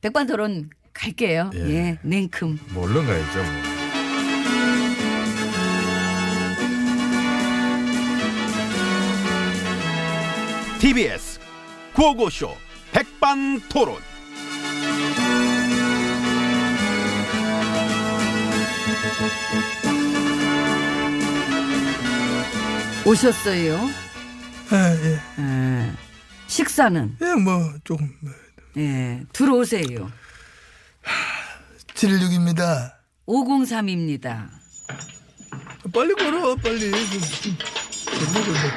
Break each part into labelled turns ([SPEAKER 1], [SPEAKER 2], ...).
[SPEAKER 1] 백반토론 갈게요.
[SPEAKER 2] 예.
[SPEAKER 1] 예, 냉큼.
[SPEAKER 2] 뭐 얼른 가야죠. 뭐.
[SPEAKER 3] TBS 구호고쇼 백반토론
[SPEAKER 1] 오셨어요?
[SPEAKER 4] 아, 예.
[SPEAKER 1] 예. 식사는
[SPEAKER 4] 예, 뭐, 조금,
[SPEAKER 1] 예, 들어오세요.
[SPEAKER 4] 716입니다.
[SPEAKER 1] 503입니다.
[SPEAKER 4] 빨리 걸어, 빨리. 좀, 좀 걸려, 걸려.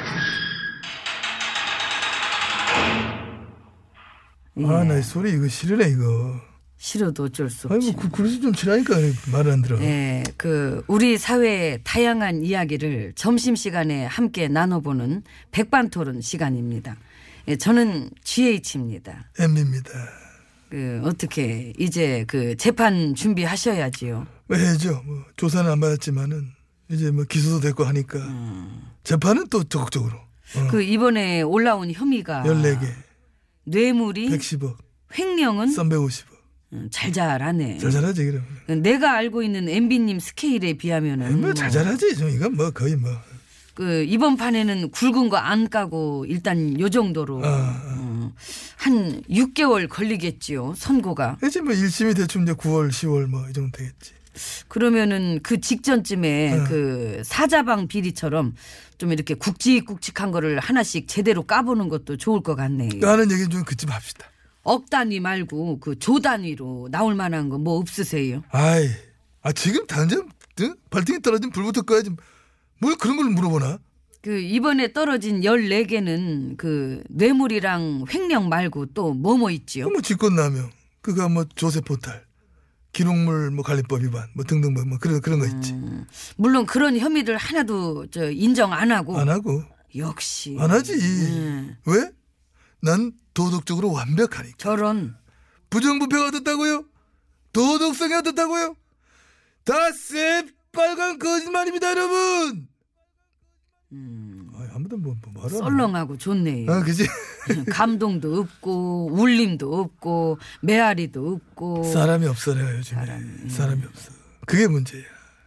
[SPEAKER 4] 아, 나 이 소리 이거 싫으네, 이거.
[SPEAKER 1] 싫어도 어쩔 수
[SPEAKER 4] 아니,
[SPEAKER 1] 없지.
[SPEAKER 4] 뭐, 그, 그릇이 좀 치라니까 말을 안 들어.
[SPEAKER 1] 예, 그 우리 사회의 다양한 이야기를 점심 시간에 함께 나눠보는 백반토론 시간입니다. 예, 저는 GH입니다.
[SPEAKER 4] 엠비입니다.
[SPEAKER 1] 그 어떻게 이제 그 재판 준비하셔야지요.
[SPEAKER 4] 뭐, 해야죠. 뭐, 조사는 안 받았지만은, 이제 뭐, 기소도 됐고 하니까. 재판은 또 적극적으로. 어,
[SPEAKER 1] 그 이번에 올라온 혐의가
[SPEAKER 4] 14개,
[SPEAKER 1] 뇌물이
[SPEAKER 4] 110억,
[SPEAKER 1] 횡령은
[SPEAKER 4] 350억.
[SPEAKER 1] 음, 잘잘하네.
[SPEAKER 4] 잘 자라지, 그럼.
[SPEAKER 1] 내가 알고 있는 MB님 스케일에 비하면은
[SPEAKER 4] 뭐, 잘 자라지, 좀. 이건 뭐, 거의 뭐.
[SPEAKER 1] 그 이번 판에는 굵은 거 안 까고 일단 요 정도로
[SPEAKER 4] 아, 아.
[SPEAKER 1] 음, 한 6개월 걸리겠지요 선고가.
[SPEAKER 4] 이제 뭐 일심이 대충 이제 9월, 10월 뭐 이 정도 되겠지.
[SPEAKER 1] 그러면은 그 직전쯤에
[SPEAKER 4] 응.
[SPEAKER 1] 그 사자방 비리처럼 좀 이렇게 굵직굵직한 거를 하나씩 제대로 까보는 것도 좋을 것 같네요.
[SPEAKER 4] 까는 얘기 좀 그쯤 합시다.
[SPEAKER 1] 억 단위 말고 그 조 단위로 나올 만한 거 뭐 없으세요?
[SPEAKER 4] 아이, 아 지금 당장 응? 발등에 떨어진 불부터 꺼야지. 뭘 그런 걸 물어보나?
[SPEAKER 1] 그 이번에 떨어진 14개는 그 뇌물이랑 횡령 말고 또 뭐뭐 있지요?
[SPEAKER 4] 뭐 직권남용, 그거 뭐 조세 포탈, 기록물 뭐 관리법 위반, 뭐 등등 뭐, 뭐 그런 그런 거 있지.
[SPEAKER 1] 물론 그런 혐의를 하나도 저 인정 안 하고
[SPEAKER 4] 안 하고
[SPEAKER 1] 역시
[SPEAKER 4] 안 하지.
[SPEAKER 1] 음,
[SPEAKER 4] 왜? 난 도덕적으로 완벽하니까.
[SPEAKER 1] 저런
[SPEAKER 4] 부정부패가 어떻다고요? 도덕성이 어떻다고요? 다 새빨간 거짓말입니다, 여러분. 아이, 아무도 뭐, 뭐 말을 안 해.
[SPEAKER 1] 썰렁하고 좋네요.
[SPEAKER 4] 아, 그지?
[SPEAKER 1] 감동도 없고 울림도 없고 메아리도 없고
[SPEAKER 4] 음. 사람이 없어, 내가 요즘에. 사람이 음. 없어. 그게 문제야.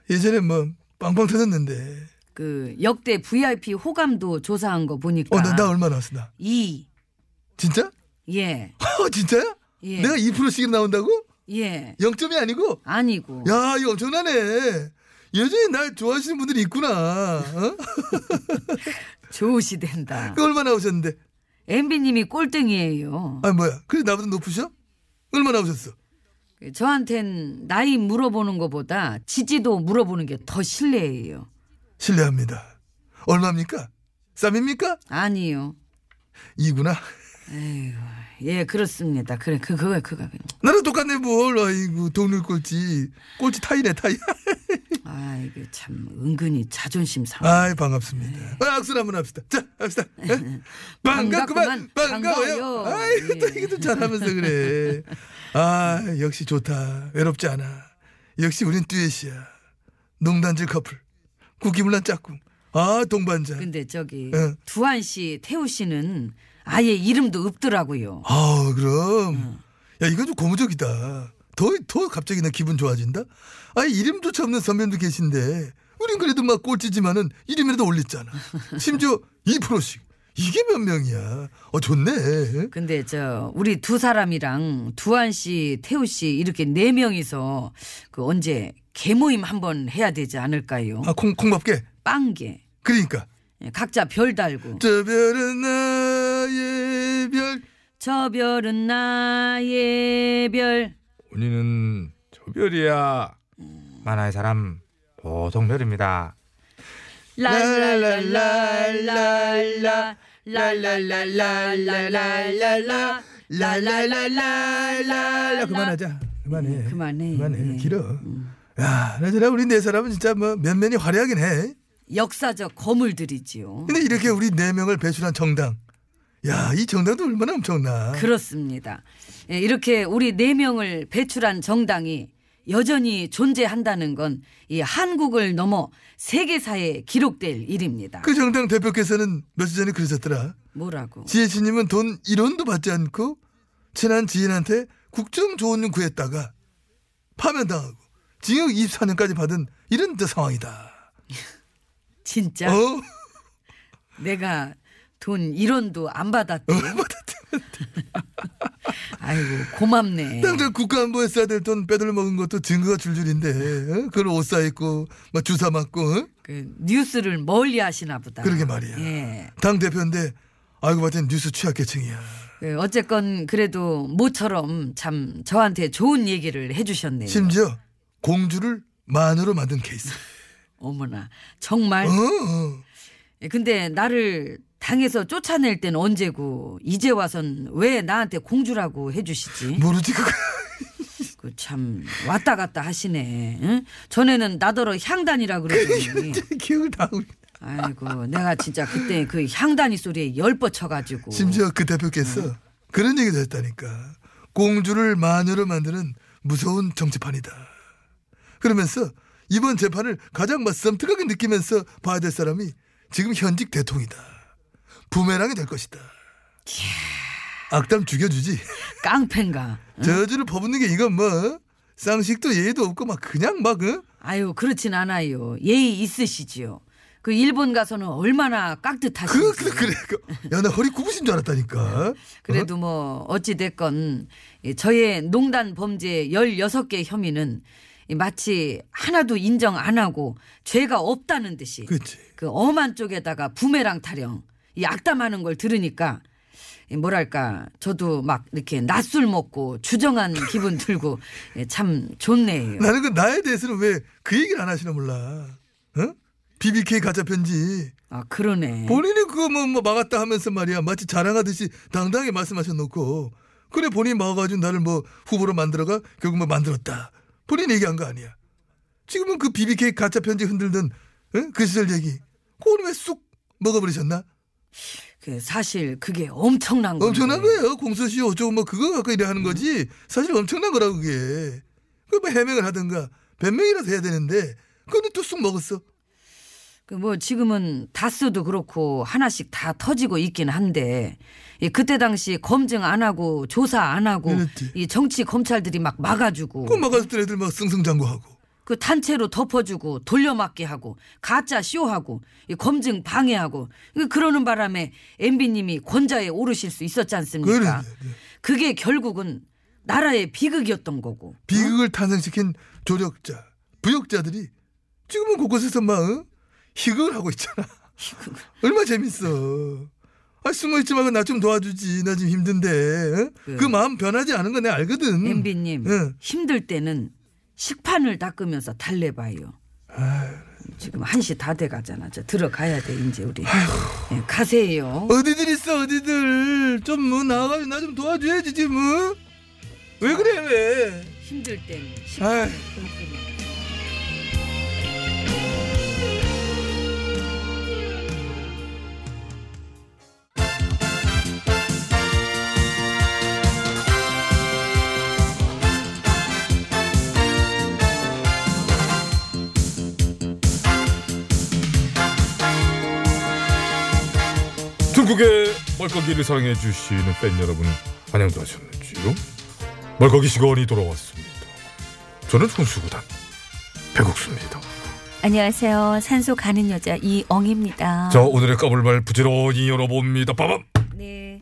[SPEAKER 4] 예전에 뭐, 빵빵 터졌는데.
[SPEAKER 1] 그 역대 VIP 호감도 조사한 거 보니까
[SPEAKER 4] 어, 나, 나 얼마 나왔어, 나?
[SPEAKER 1] 이
[SPEAKER 4] 진짜?
[SPEAKER 1] 예.
[SPEAKER 4] 어, 진짜야?
[SPEAKER 1] 예.
[SPEAKER 4] 내가 2%씩 나온다고?
[SPEAKER 1] 예.
[SPEAKER 4] 0점이 아니고?
[SPEAKER 1] 아니고
[SPEAKER 4] 야, 이거 엄청나네. 예전에 날 좋아하시는 분들이 있구나. 어?
[SPEAKER 1] 좋으시댄다.
[SPEAKER 4] 그 얼마 나오셨는데?
[SPEAKER 1] 엠비님이 꼴등이에요.
[SPEAKER 4] 아, 뭐야. 그래, 나보다 높으셔? 얼마 나오셨어?
[SPEAKER 1] 그 저한텐 나이 물어보는 것보다 지지도 물어보는 게 더 신뢰예요.
[SPEAKER 4] 실례합니다. 얼마입니까? 쌈입니까?
[SPEAKER 1] 아니요.
[SPEAKER 4] 이구나.
[SPEAKER 1] 예, 그렇습니다. 그래, 그, 그거야, 그거.
[SPEAKER 4] 나랑 똑같네, 뭘. 아이고, 동료 꼴찌. 꼴찌 타이네, 타이.
[SPEAKER 1] 아, 이게 참, 은근히 자존심 상해.
[SPEAKER 4] 아이 반갑습니다. 아, 악수를 한번 합시다. 자, 합시다. 예?
[SPEAKER 1] 네.
[SPEAKER 4] 반갑구만,
[SPEAKER 1] 반갑구만,
[SPEAKER 4] 반가워요.
[SPEAKER 1] 반가워요.
[SPEAKER 4] 아이고,
[SPEAKER 1] 예.
[SPEAKER 4] 또 이게 또 잘하면서 그래. 아, 역시 좋다. 외롭지 않아. 역시 우린 듀엣이야. 농단질 커플. 국기문란 짝꿍. 아, 동반자.
[SPEAKER 1] 근데 저기,
[SPEAKER 4] 예.
[SPEAKER 1] 두한 씨, 태우 씨는 아예 이름도 없더라고요.
[SPEAKER 4] 아우, 그럼. 야, 이건 좀 고무적이다. 더, 더 갑자기 나 기분 좋아진다? 아니, 이름조차 없는 선배님도 계신데, 우린 그래도 막 꼴찌지만은 이름이라도 올렸잖아. 심지어 2%씩. 이게 몇 명이야. 어, 좋네.
[SPEAKER 1] 근데 저, 우리 두 사람이랑 두한 씨, 태우 씨 이렇게 네 명이서 그 언제 개모임 한번 해야 되지 않을까요?
[SPEAKER 4] 아, 콩, 콩밥게.
[SPEAKER 1] 빵개.
[SPEAKER 4] 그러니까.
[SPEAKER 1] 예, 각자 별 달고.
[SPEAKER 4] 저 별은 나의 별.
[SPEAKER 1] 저 별은 나의 별.
[SPEAKER 2] 우리는 조별이야. 만화의 사람 보성별입니다.
[SPEAKER 1] 랄랄랄랄랄라 랄랄랄랄랄랄라
[SPEAKER 4] 랄랄랄랄랄라 그만하자. 그만해.
[SPEAKER 1] 그만해.
[SPEAKER 4] 그만해.
[SPEAKER 1] 예.
[SPEAKER 4] 길어. 야, 나저나 우리 네 사람은 진짜 뭐 면면이 화려하긴 해.
[SPEAKER 1] 역사적 거물들이지요.
[SPEAKER 4] 근데 이렇게 우리 네 명을 배출한 정당. 야, 이 정당도 얼마나 엄청나.
[SPEAKER 1] 그렇습니다. 예, 이렇게 우리 네 명을 배출한 정당이 여전히 존재한다는 건 이 한국을 넘어 세계사에 기록될 일입니다.
[SPEAKER 4] 그 정당 대표께서는 며칠 전에 그러셨더라.
[SPEAKER 1] 뭐라고?
[SPEAKER 4] 지혜씨님은 돈 1원도 받지 않고 친한 지인한테 국정 좋은 일 구했다가 파면당하고 징역 24년까지 받은 이런 데 상황이다.
[SPEAKER 1] 진짜
[SPEAKER 4] 어?
[SPEAKER 1] 내가 돈 1원도 안
[SPEAKER 4] 어,
[SPEAKER 1] 받았대. 아이고 고맙네.
[SPEAKER 4] 당장 국가안보에 써야 될 돈 빼돌려 먹은 것도 증거가 줄줄인데 어? 그걸 옷 사입고 막 주사 맞고 어?
[SPEAKER 1] 그 뉴스를 멀리 하시나 보다.
[SPEAKER 4] 그러게 말이야.
[SPEAKER 1] 예.
[SPEAKER 4] 당 대표인데 알고 봤더니 뉴스 취약계층이야.
[SPEAKER 1] 그 어쨌건 그래도 모처럼 참 저한테 좋은 얘기를 해주셨네요.
[SPEAKER 4] 심지어 공주를 만으로 만든 케이스.
[SPEAKER 1] 어머나 정말.
[SPEAKER 4] 어? 어.
[SPEAKER 1] 예, 근데 나를 당에서 쫓아낼 땐 언제고 이제 와선 왜 나한테 공주라고 해주시지?
[SPEAKER 4] 모르지 그거.
[SPEAKER 1] 그 참 왔다 갔다 하시네. 응? 전에는 나더러 향단이라 그러더니.
[SPEAKER 4] 기억을 다 우리.
[SPEAKER 1] 아이고 내가 진짜 그때 그 향단이 소리에 열뻗쳐가지고.
[SPEAKER 4] 심지어 그 대표께서 그런 얘기도 했다니까. 공주를 마녀로 만드는 무서운 정치판이다. 그러면서 이번 재판을 가장 맞섬뜩하게 느끼면서 봐야 될 사람이 지금 현직 대통령이다. 부메랑이 될 것이다. 악당 죽여주지.
[SPEAKER 1] 깡패인가.
[SPEAKER 4] 저주를 퍼붓는 게 이건 뭐 상식도 예의도 없고 막 그냥 막 어?
[SPEAKER 1] 아유 그렇진 않아요. 예의 있으시지요. 그 일본 가서는 얼마나 깍듯하신지.
[SPEAKER 4] 그, 그, 그래. 야, 나 허리 굽으신 줄 알았다니까. 어?
[SPEAKER 1] 그래도 뭐 어찌됐건 이 저의 농단 범죄 16개 혐의는 이 마치 하나도 인정 안 하고 죄가 없다는 듯이
[SPEAKER 4] 그치.
[SPEAKER 1] 그 엄한 쪽에다가 부메랑 타령 이 악담하는 걸 들으니까 이 뭐랄까 저도 막 이렇게 낮술 먹고 주정한 기분 들고 예, 참 좋네요.
[SPEAKER 4] 나는 그 나에 대해서는 왜 그 얘기를 안 하시나 몰라. 어? BBK 가짜 편지.
[SPEAKER 1] 아 그러네.
[SPEAKER 4] 본인이 그거 뭐, 뭐 막았다 하면서 말이야. 마치 자랑하듯이 당당히 말씀하셔놓고. 그래, 본인이 막아가지고 나를 뭐 후보로 만들어가 결국 뭐 만들었다. 본인 얘기한 거 아니야. 지금은 그 BBK 가짜 편지 흔들던 어? 그 시절 얘기. 그걸 왜쑥 먹어버리셨나?
[SPEAKER 1] 그 사실 그게 엄청난 거.
[SPEAKER 4] 엄청난 거예요. 공소시효 어쩌고 뭐 그거 갖고 이래 하는 거지. 사실 엄청난 거라고 그게. 그뭐 해명을 하든가 변명이라도 해야 되는데 그런데 또 쑥 먹었어.
[SPEAKER 1] 그 뭐 지금은 다스도 그렇고 하나씩 다 터지고 있긴 한데 이 그때 당시 검증 안 하고 조사 안 하고
[SPEAKER 4] 그렇지.
[SPEAKER 1] 이 정치 검찰들이 막 막아주고
[SPEAKER 4] 음, 네.
[SPEAKER 5] 음.
[SPEAKER 4] 그막아던 애들 막 승승장구하고.
[SPEAKER 1] 그 단체로 덮어주고 돌려막기 하고 가짜 쇼하고 이 검증 방해하고 그- 그러는 바람에 MB님이 권자에 오르실 수 있었지 않습니까?
[SPEAKER 4] 그래, 그래.
[SPEAKER 1] 그게 결국은 나라의 비극이었던 거고
[SPEAKER 5] 어?
[SPEAKER 4] 비극을 탄생시킨 조력자, 부역자들이 지금은 곳곳에서 막 어? 희극을 하고 있잖아. 얼마 나 재밌어. 아 숨어있지 말고 나 좀 도와주지. 나 지금 힘든데. 어?
[SPEAKER 5] 네.
[SPEAKER 1] 그-
[SPEAKER 4] 그 마음 변하지 않은 거 내가 알거든.
[SPEAKER 1] MB님
[SPEAKER 4] 응.
[SPEAKER 1] 힘들 때는 식판을 닦으면서 달래봐요. 지금 1시 다 돼가잖아. 저 들어가야 돼 이제 우리. 예, 가세요.
[SPEAKER 4] 어디들 있어 어디들 좀 뭐 나가서 나 좀 도와줘야지 지금 뭐. 왜 그래 왜
[SPEAKER 1] 힘들 때는 식판.
[SPEAKER 4] 아이.
[SPEAKER 2] 중국의 말거기를 사랑해 주시는 팬 여러분 환영도 하셨는지요? 말거기 시간이 돌아왔습니다. 저는 손수구단 배국수입니다.
[SPEAKER 6] 안녕하세요. 산소 가는 여자 이엉입니다.
[SPEAKER 2] 자 오늘의 까불말 부지런히 열어봅니다. 빠밤.
[SPEAKER 6] 네.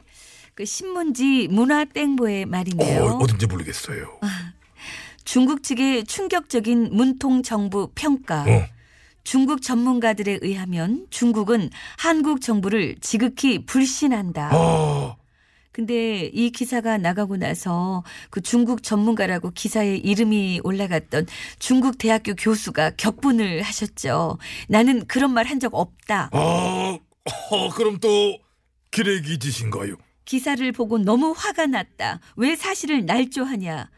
[SPEAKER 6] 그 신문지 문화땡보의 말인데요.
[SPEAKER 2] 어, 어딘지 모르겠어요.
[SPEAKER 6] 중국 측의 충격적인 문통 정부 평가.
[SPEAKER 2] 어.
[SPEAKER 6] 중국 전문가들에 의하면 중국은 한국 정부를 지극히 불신한다.
[SPEAKER 2] 아,
[SPEAKER 6] 근데 이 기사가 나가고 나서 그 중국 전문가라고 기사에 이름이 올라갔던 중국 대학교 교수가 격분을 하셨죠. 나는 그런 말 한 적 없다.
[SPEAKER 2] 아, 아, 그럼 또 기레기짓인가요?
[SPEAKER 1] 기사를 보고 너무 화가 났다. 왜 사실을 날조하냐.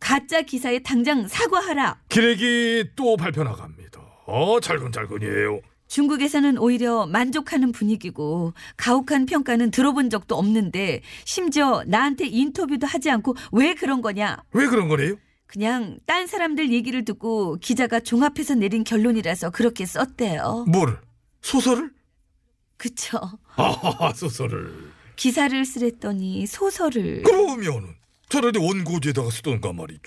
[SPEAKER 1] 가짜 기사에 당장 사과하라.
[SPEAKER 2] 기레기 또 발표 나갑니다. 어, 잘근잘근이에요.
[SPEAKER 1] 중국에서는 오히려 만족하는 분위기고 가혹한 평가는 들어본 적도 없는데 심지어 나한테 인터뷰도 하지 않고 왜 그런 거냐.
[SPEAKER 2] 왜 그런 거래요?
[SPEAKER 1] 그냥 딴 사람들 얘기를 듣고 기자가 종합해서 내린 결론이라서 그렇게 썼대요.
[SPEAKER 2] 뭘? 소설을?
[SPEAKER 1] 그쵸.
[SPEAKER 2] 아하하, 소설을.
[SPEAKER 1] 기사를 쓰랬더니 소설을.
[SPEAKER 2] 그러면은 차라리 원고지에다가 쓰던가 말이지.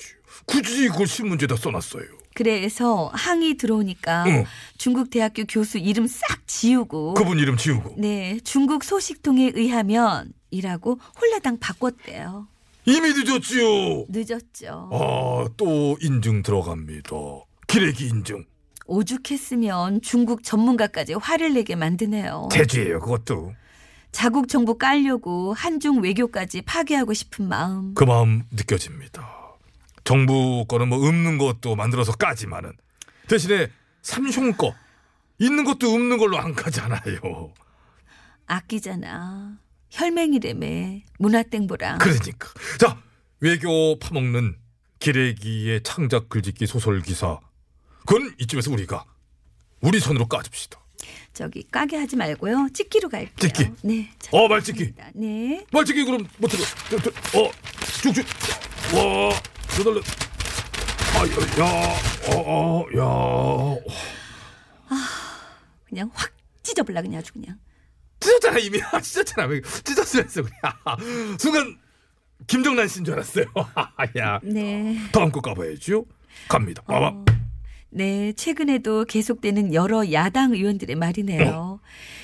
[SPEAKER 2] 굳이 그걸 신문지에다 써놨어요.
[SPEAKER 1] 그래서 항의 들어오니까
[SPEAKER 2] 응.
[SPEAKER 1] 중국 대학교 교수 이름 싹 지우고
[SPEAKER 2] 그분 이름 지우고.
[SPEAKER 1] 네 중국 소식통에 의하면 이라고 홀라당 바꿨대요.
[SPEAKER 2] 이미 늦었지요.
[SPEAKER 1] 늦었죠.
[SPEAKER 2] 아, 또 인증 들어갑니다. 기레기 인증.
[SPEAKER 1] 오죽했으면 중국 전문가까지 화를 내게 만드네요.
[SPEAKER 2] 제지예요, 그것도.
[SPEAKER 1] 자국 정부 깔려고 한중 외교까지 파괴하고 싶은 마음.
[SPEAKER 2] 그 마음 느껴집니다. 정부 거는 뭐 없는 것도 만들어서 까지만은 대신에 삼숑 거 있는 것도 없는 걸로 안 까잖아요.
[SPEAKER 1] 아끼잖아. 혈맹이라며 문화땡보랑
[SPEAKER 2] 그러니까 자 외교 파먹는 기레기의 창작 글짓기 소설 기사 그건 이쯤에서 우리가 우리 손으로 까줍시다.
[SPEAKER 1] 저기 까게 하지 말고요. 찍기로 갈게요.
[SPEAKER 2] 찍기.
[SPEAKER 1] 네. 자,
[SPEAKER 2] 어 말찍기
[SPEAKER 1] 네.
[SPEAKER 2] 말찍기 그럼 뭐 들어 들어, 들어. 어 쭉쭉 와 아, 여덟 어, 아야야어야
[SPEAKER 1] 그냥 확 찢어볼라 그냥 아주 그냥.
[SPEAKER 2] 찢었잖아 이미 찢었잖아 왜 찢었으면서 그냥 순간 김정란 씨인 줄 알았어요 야
[SPEAKER 1] 네.
[SPEAKER 2] 다음 거 까봐야지요 갑니다 봐봐
[SPEAKER 1] 네, 최근에도 계속되는 여러 야당 의원들의
[SPEAKER 2] 어.
[SPEAKER 1] 말이네요.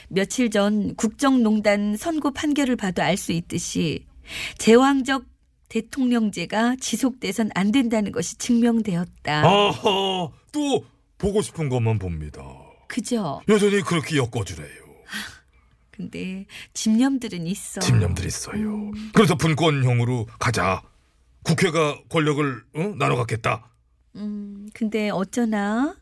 [SPEAKER 1] 며칠 전 국정농단 선고 판결을 봐도 알 수 있듯이 제왕적 대통령제가 지속돼선 안 된다는 것이 증명되었다.
[SPEAKER 2] 어. 아하 또 보고 싶은 것만 봅니다
[SPEAKER 1] 그죠?
[SPEAKER 2] 여전히 그렇게 엮어주래요
[SPEAKER 1] 근데 집념들은 있어.
[SPEAKER 2] 집념들 있어요 그래서 분권형으로 가자 국회가 권력을 어? 나눠 갖겠다
[SPEAKER 1] 음, 근데 어쩌나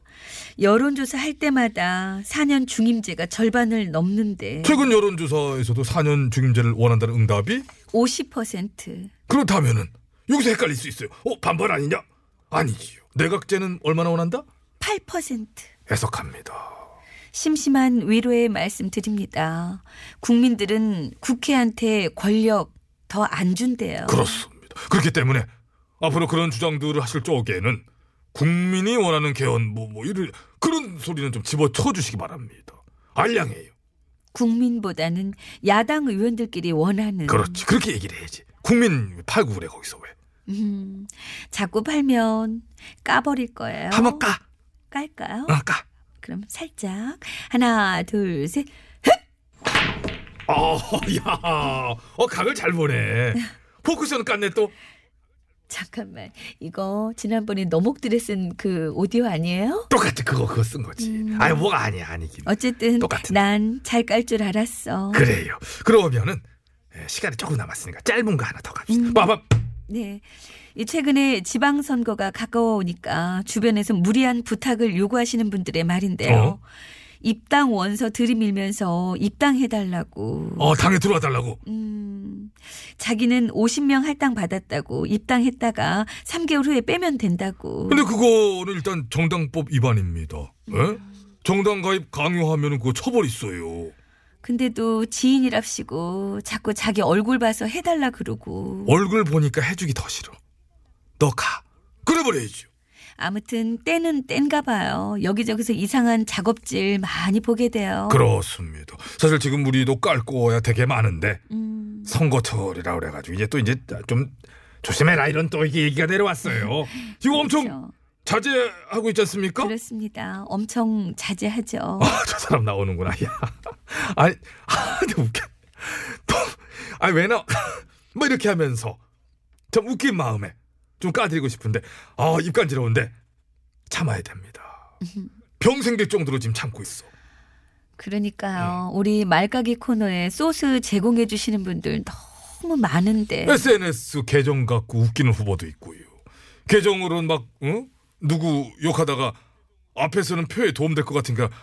[SPEAKER 1] 여론조사 할 때마다 4년 중임제가 절반을 넘는데
[SPEAKER 2] 최근 여론조사에서도 4년 중임제를 원한다는 응답이
[SPEAKER 1] 50%.
[SPEAKER 2] 그렇다면은 여기서 헷갈릴 수 있어요 어 반발 아니냐 아니지요 내각제는 얼마나 원한다
[SPEAKER 1] 8%.
[SPEAKER 2] 해석합니다.
[SPEAKER 1] 심심한 위로의 말씀 드립니다. 국민들은 국회한테 권력 더 안 준대요.
[SPEAKER 2] 그렇습니다. 그렇기 때문에 앞으로 그런 주장들을 하실 적에는 국민이 원하는 개헌 뭐, 뭐 이런 그런 소리는 좀 집어쳐 주시기 바랍니다. 알량해요.
[SPEAKER 1] 국민보다는 야당 의원들끼리 원하는.
[SPEAKER 2] 그렇지. 그렇게 얘기를 해야지. 국민 팔고 그래 거기서 왜?
[SPEAKER 1] 음, 자꾸 팔면 까버릴 거예요.
[SPEAKER 2] 한번 까.
[SPEAKER 1] 깔까요?
[SPEAKER 2] 어, 까.
[SPEAKER 1] 그럼 살짝 하나 둘 셋.
[SPEAKER 2] 어, 야. 어, 각을 잘 보네. 포커스는 깠네 또.
[SPEAKER 1] 잠깐만 이거 지난번에 너목들에 쓴 그 오디오 아니에요?
[SPEAKER 2] 똑같이 그거 그거 쓴 거지. 아니 뭐가 아니야 아니긴.
[SPEAKER 1] 어쨌든
[SPEAKER 2] 똑같은데.
[SPEAKER 1] 난 잘 깔 줄 알았어.
[SPEAKER 2] 그래요. 그러면은 예, 시간이 조금 남았으니까 짧은 거 하나 더 갑시다. 빠밤.
[SPEAKER 1] 네. 이 최근에 지방선거가 가까워오니까 주변에서 무리한 부탁을 요구하시는 분들의 말인데요.
[SPEAKER 2] 어?
[SPEAKER 1] 입당 원서 들이밀면서 입당해달라고.
[SPEAKER 2] 어, 당에 들어와 달라고.
[SPEAKER 1] 음, 자기는 50명 할당 받았다고 입당했다가 3개월 후에 빼면 된다고.
[SPEAKER 2] 근데 그거는 일단 정당법 위반입니다. 예? 정당 가입 강요하면 그거 처벌 있어요.
[SPEAKER 1] 근데도 지인이랍시고 자꾸 자기 얼굴 봐서 해달라 그러고.
[SPEAKER 2] 얼굴 보니까 해주기 더 싫어. 너 가. 그래버려야죠.
[SPEAKER 1] 아무튼 때는 땐가 봐요. 여기저기서 이상한 작업질 많이 보게 돼요.
[SPEAKER 2] 그렇습니다. 사실 지금 우리도 깔 거야 되게 많은데
[SPEAKER 1] 음.
[SPEAKER 2] 선거철이라 그래가지고 이제 또 이제 좀 조심해라 이런 또 이게 얘기가 내려왔어요. 지금 엄청
[SPEAKER 1] 그렇죠.
[SPEAKER 2] 자제하고 있지 않습니까?
[SPEAKER 1] 그렇습니다. 엄청 자제하죠.
[SPEAKER 2] 아, 저 사람 나오는구나. 야. 아니, 아, 근데 웃겨. 또, 아니, 왜 나, 뭐 이렇게 하면서 좀 웃긴 마음에 좀 까드리고 싶은데, 아, 입 간지러운데 참아야 됩니다. 병 생길 정도로 지금 참고 있어.
[SPEAKER 1] 그러니까요. 우리 말가기 코너에 소스 제공해 주시는 분들 너무 많은데.
[SPEAKER 2] SNS 계정 갖고 웃기는 후보도 있고요. 계정으로는 막, 응? 누구 욕하다가 앞에서는 표에 도움될 것 같으니까 그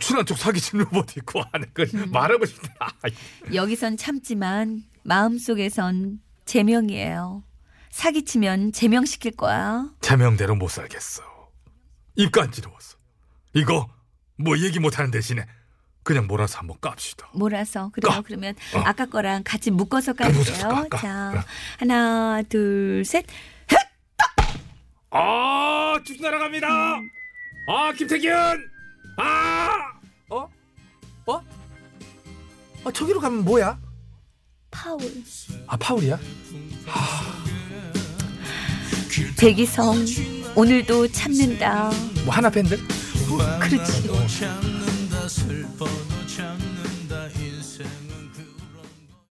[SPEAKER 2] 친한 쪽 사기치는 후보도 있고 하는 걸 말하고 싶다.
[SPEAKER 1] 여기선 참지만
[SPEAKER 6] 마음속에선 제명이에요. 사기치면 제명시킬 거야.
[SPEAKER 2] 제명대로 못 살겠어. 입 간지러웠어. 이거 뭐 얘기 못하는 대신에 그냥 몰아서 한번 깝시다.
[SPEAKER 6] 몰아서 그래요.
[SPEAKER 2] 까.
[SPEAKER 6] 그러면
[SPEAKER 2] 어. 아,
[SPEAKER 6] 아까 거랑 같이 묶어서
[SPEAKER 2] 묶어서
[SPEAKER 6] 깔게요.
[SPEAKER 2] 까, 까.
[SPEAKER 6] 자,
[SPEAKER 2] 그래.
[SPEAKER 6] 하나, 둘, 셋.
[SPEAKER 2] 아, 쭉 날아갑니다. 아, 김태균. 아,
[SPEAKER 5] 어? 어? 어 저기로 가면 뭐야?
[SPEAKER 6] 파울.
[SPEAKER 5] 아 파울이야?
[SPEAKER 6] 대기성 오늘도 참는다.
[SPEAKER 5] 뭐 하나 팬들?
[SPEAKER 6] 그렇지.
[SPEAKER 5] 아